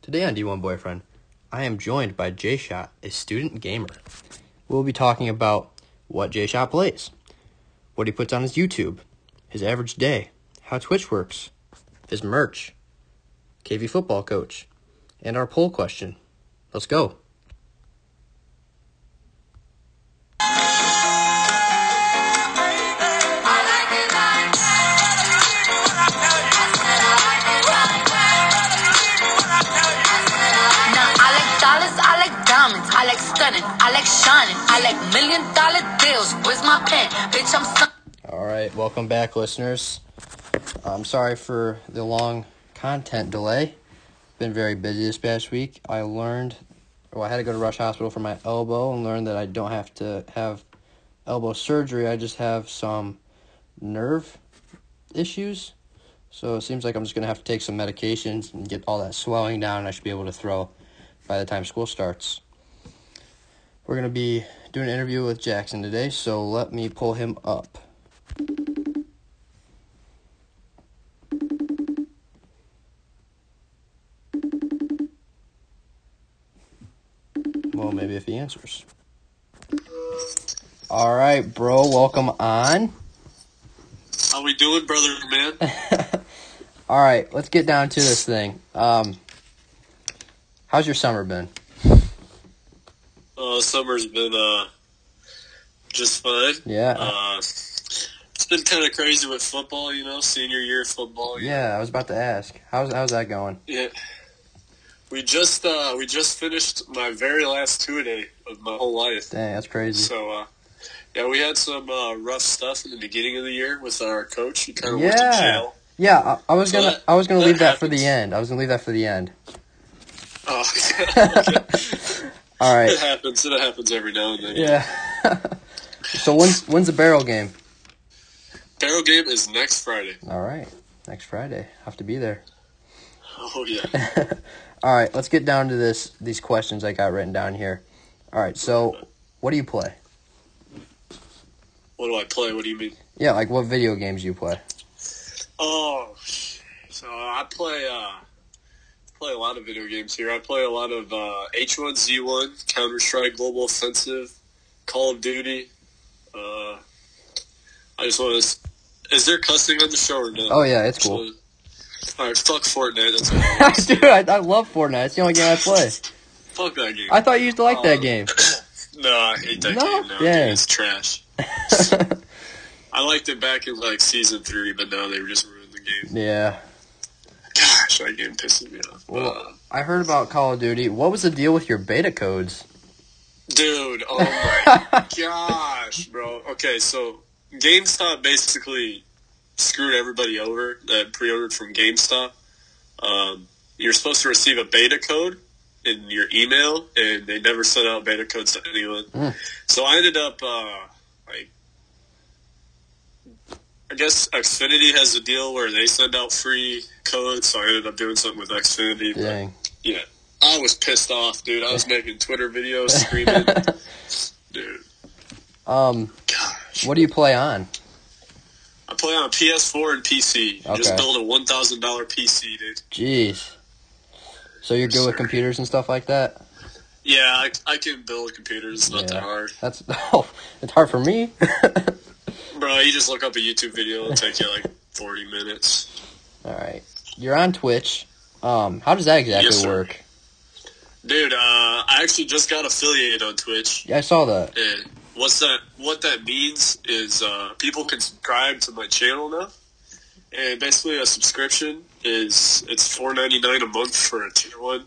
Today on D1 Boyfriend, I am joined by Jay Shot, a student gamer. We'll be talking about what Jay Shot plays, what he puts on his YouTube, his average day, how Twitch works, his merch, KV football coach, and our poll question. Let's go. Now, I like dollars, I like diamonds, I like stunning, I like shining, I like million dollar deals. Where's my pen? Bitch, I'm so. All right, welcome back, listeners. I'm sorry for the long content delay. Been very busy this past week. I learned, well, I had to go to Rush Hospital for my elbow and learned that I don't have to have elbow surgery. I just have some nerve issues. So it seems like I'm just going to have to take some medications and get all that swelling down, and I should be able to throw by the time school starts. We're going to be doing an interview with Jackson today, so let me pull him up. Well, maybe if he answers. All right, bro, welcome on. How we doing, brother man? All right, let's get down to this thing. Um, how's your summer been? Uh, summer's been uh just fun. Yeah. Uh, it's been kind of crazy with football, you know, senior year of football. you yeah, I was about to ask. How's how's that going? know. Yeah. We just uh we just finished my very last two a day of my whole life. Dang, that's crazy. So uh yeah, we had some uh, rough stuff in the beginning of the year with our coach. He kind of went to Yeah. jail. yeah, I, I was So gonna that- I was gonna that leave that for the happens. end. I was gonna leave that for the end. Oh, okay. All it right. happens. It happens every now and then. Yeah. so when's when's the barrel game? Barrel game is next Friday. All right, next Friday. Have to be there. Oh yeah. All right, let's get down to this these questions I got written down here. All right, so what do you play? what do I play? What do you mean? Yeah, like what video games do you play? Oh, so I play uh, play a lot of video games here. I play a lot of uh, H1Z1, Counter Strike, Global Offensive, Call of Duty. Uh, I just want to. Is there cussing on the show or no? Oh yeah, it's cool. all right, fuck Fortnite. That's what I always Dude, do. I, I love Fortnite. It's the only game I play. Fuck that game. I thought you used to like that game. no, I hate that No? game. No, Yeah. dude, it's trash. I liked it back in like season three, but now they just ruined the game. yeah. Gosh, that game pisses me off. Uh, Well, I heard about Call of Duty. What was the deal with your beta codes? Dude, oh my gosh, bro. Okay, so GameStop basically screwed everybody over that pre-ordered from GameStop. Um, you're supposed to receive a beta code in your email, and they never sent out beta codes to anyone. Mm. So I ended up uh, like, I guess Xfinity has a deal where they send out free codes. So I ended up doing something with Xfinity. but- Dang. yeah. I was pissed off, dude. I was making Twitter videos screaming. dude, Um, gosh. what do you play on? I play on PS4 and PC. I Okay. Just build a $1,000 PC, dude. Jeez. So you're good with computers and stuff like that? Yeah, I, I can build computers. It's not Yeah. that hard. That's oh, it's hard for me. Bro, you just look up a YouTube video. It'll take you like 40 minutes. All right. You're on Twitch. Um, how does that exactly Yes, sir. work? Dude, uh, I actually just got affiliated on Twitch. Yeah, I saw that. And what's that? What that means is uh, people can subscribe to my channel now, and basically a subscription is it's four ninety nine a month for a tier one.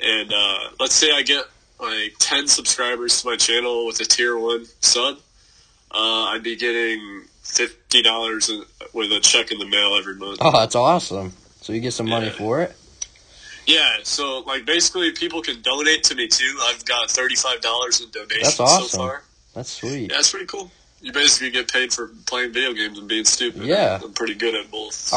And uh, let's say I get like ten subscribers to my channel with a tier one sub, uh, I'd be getting fifty dollars with a check in the mail every month. Oh, that's awesome. So you get some money Yeah. for it? Yeah, so like basically people can donate to me too. I've got thirty five dollars in donations That's awesome. so far. That's sweet. Yeah, that's pretty cool. You basically get paid for playing video games and being stupid. Yeah. Uh, I'm pretty good at both.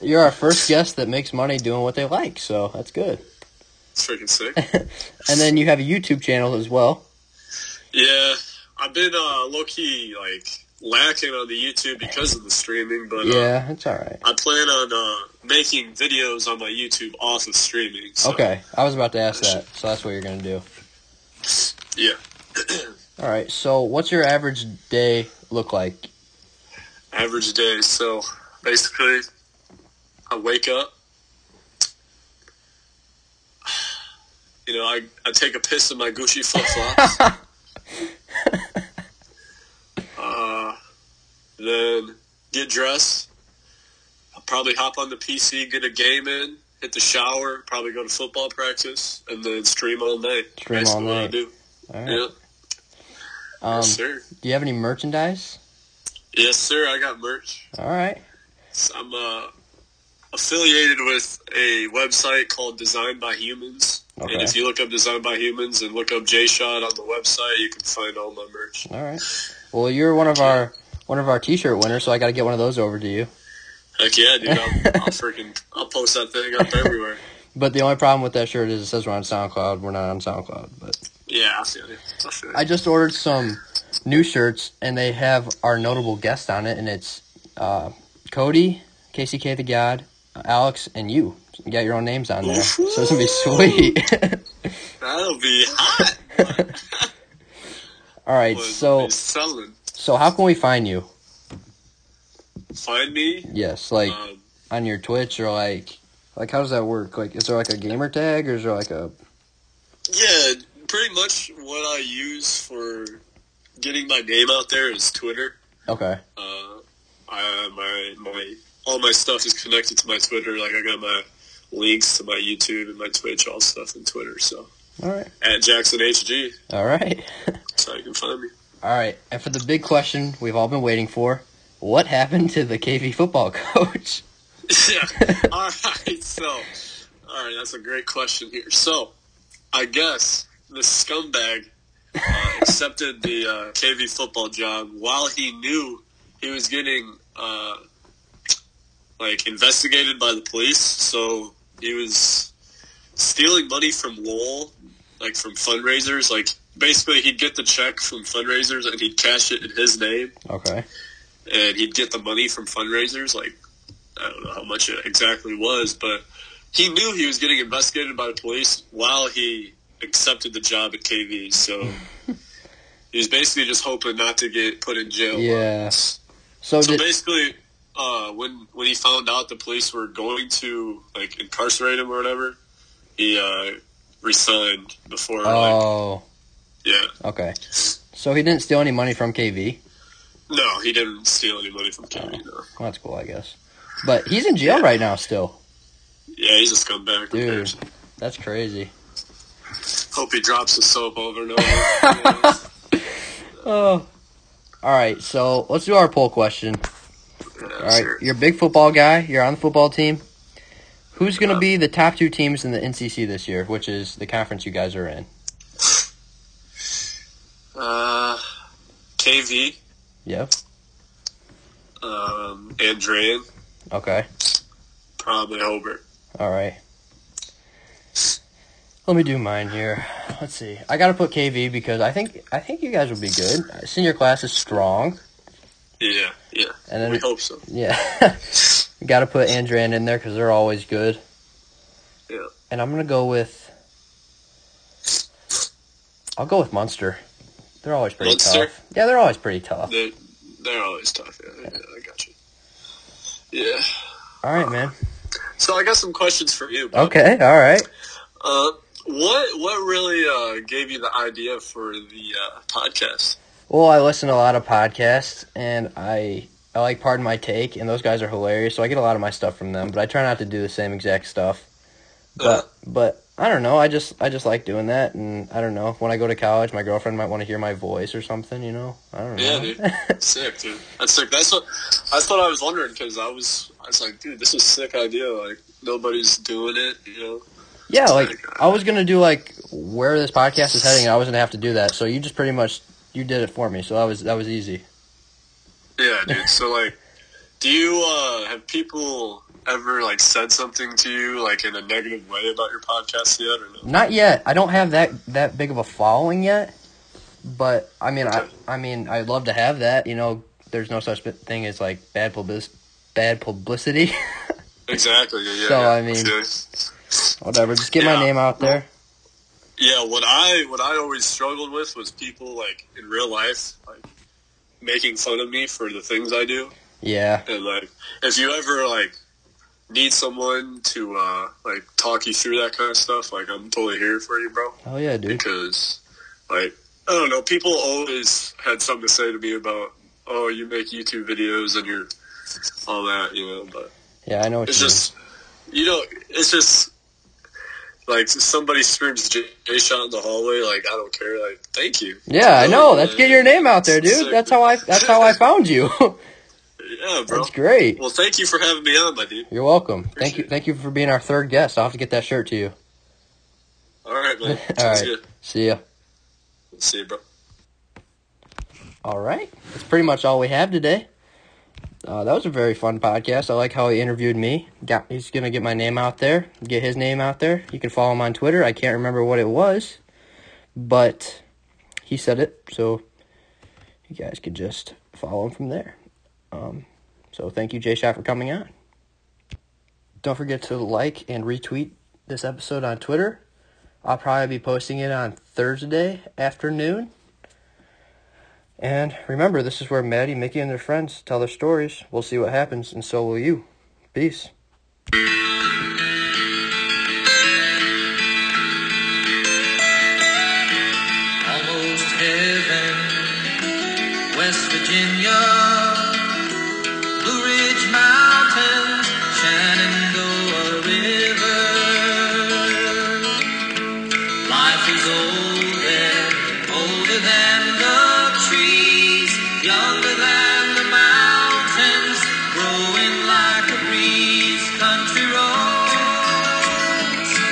You're our first guest that makes money doing what they like, so that's good. It's freaking sick. And then you have a YouTube channel as well. yeah, I've been uh, low key like lacking on the YouTube because of the streaming, but uh, Yeah, it's all right. I plan on uh, making videos on my YouTube off of streaming. So, Okay, I was about to ask that, so that's what you're gonna do. Yeah. All right. So, what's your average day look like? Average day. So basically, I wake up. You know, I, I take a piss in my Gucci flip flops. uh, then get dressed. I'll probably hop on the PC, get a game in, hit the shower, probably go to football practice, and then stream all night. Stream all Basically what I night. do. All Yeah. right. Um, yes, sir. do you have any merchandise? Yes, sir. I got merch. All right. So I'm uh, affiliated with a website called Designed by Humans. Okay. And if you look up Designed by Humans and look up J Shot on the website, you can find all my merch. All right. Well, you're one of our one of our T-shirt winners, so I got to get one of those over to you. Heck yeah, dude! I'll, I'll freaking I'll post that thing up everywhere. But the only problem with that shirt is it says we're on SoundCloud. We're not on SoundCloud. But Yeah, I feel it. I feel it. I just ordered some new shirts, and they have our notable guest on it, and it's uh, Cody, KCK the God, Alex, and you. You got your own names on there, so it's gonna be sweet. That'll be hot. All right. Boys, So they're selling. so how can we find you? Find me. Yes, like Um, on your Twitch or like like how does that work? Like is there like a gamer tag or is there like a yeah, pretty much what I use for getting my name out there is Twitter. Okay. uh, I, my my all my stuff is connected to my Twitter. Like I got my links to my YouTube and my Twitch, all stuff in Twitter. So All right. at Jackson HG, All right. so you can find me. All right. And for the big question we've all been waiting for, what happened to the KV football coach? yeah. All right. So, all right. That's a great question here. So, I guess the scumbag uh, accepted the uh, KV football job while he knew he was getting uh, like investigated by the police. So he was stealing money from Lowell, like from fundraisers. Like basically, he'd get the check from fundraisers and he'd cash it in his name Okay. and he'd get the money from fundraisers. Like, I don't know how much it exactly was, but he knew he was getting investigated by the police while he accepted the job at KV. So he was basically just hoping not to get put in jail. Yeah. So So did basically, uh, when when he found out the police were going to like incarcerate him or whatever, he uh, resigned before. Like, Oh, yeah. okay. So he didn't steal any money from KV. No, he didn't steal any money from KV. No. Well, that's cool, I guess. But he's in jail right now still. Yeah, he's a scumbag. Who Dude. cares? That's crazy. Hope he drops the soap over and over. Yeah. Oh. All right. So, let's do our poll question. All right, Sure. you're a big football guy. You're on the football team. Who's going to be the top two teams in the NCC this year, which is the conference you guys are in? Uh, KV, Yep. um, Andrean, Okay. probably Hobart. All right. Let me do mine here. Let's see. I got to put KV because I think I think you guys will be good. Senior class is strong, Yeah, yeah. and then we hope so. yeah, got to put Andran in there because they're always good. Yeah. And I'm gonna go with. I'll go with Munster. They're always pretty Munster? tough. Yeah, they're always pretty tough. They, they're always tough. Yeah, yeah, I got you. Yeah. All right, man. So I got some questions for you. bud. Okay, all right. Uh, what what really uh, gave you the idea for the uh, podcast? Well, I listen to a lot of podcasts, and I I like Pardon My Take, and those guys are hilarious, so I get a lot of my stuff from them. But I try not to do the same exact stuff. Uh. But but I don't know. I just I just like doing that, and I don't know. When I go to college, my girlfriend might want to hear my voice or something. You know, I don't know. Yeah, dude. sick, dude. That's sick. That's what that's what I was wondering because I was I was like, dude, this is a sick idea. Like nobody's doing it, you know. Yeah, like I was gonna do like where this podcast is heading. and I was gonna have to do that, so you just pretty much you did it for me. So that was that was easy. Yeah, dude. So like, do you uh, have people ever like said something to you like in a negative way about your podcast yet or no? Not yet. I don't have that that big of a following yet, but I mean, I I mean, I'd love to have that. You know, there's no such bi- thing as like bad publis bad publicity. Exactly. Yeah. So, yeah, I mean- yeah. Whatever, just get Yeah. my name out there. Yeah, What I what I always struggled with was people like in real life like making fun of me for the things I do, Yeah, and like if you ever like need someone to uh like talk you through that kind of stuff, like I'm totally here for you, bro. oh yeah, dude. Because like I don't know, people always had something to say to me about oh you make YouTube videos and you're all that you know, but. Yeah, I know what It's you just, you know, it's just like somebody screams J shot in the hallway. Like I don't care. Like thank you. mean. Yeah, I know. Let's get your name out there, dude. That's how I. That's how I found you. Yeah, bro. that's great. Well, thank you for having me on, my dude. You're welcome. Thank you. Appreciate it. Thank you for being our third guest. I'll have to get that shirt to you. All right, man. All Sounds right. good. See ya. See you, bro. All right. That's pretty much all we have today. Uh, that was a very fun podcast. I like how he interviewed me. Got, he's going to get my name out there, get his name out there. You can follow him on Twitter. I can't remember what it was, but he said it. So you guys could just follow him from there. Um, so thank you, Jay Shot, for coming on. Don't forget to like and retweet this episode on Twitter. I'll probably be posting it on Thursday afternoon. And remember, this is where Maddie, Mickey, and their friends tell their stories. We'll see what happens, and so will you. Peace.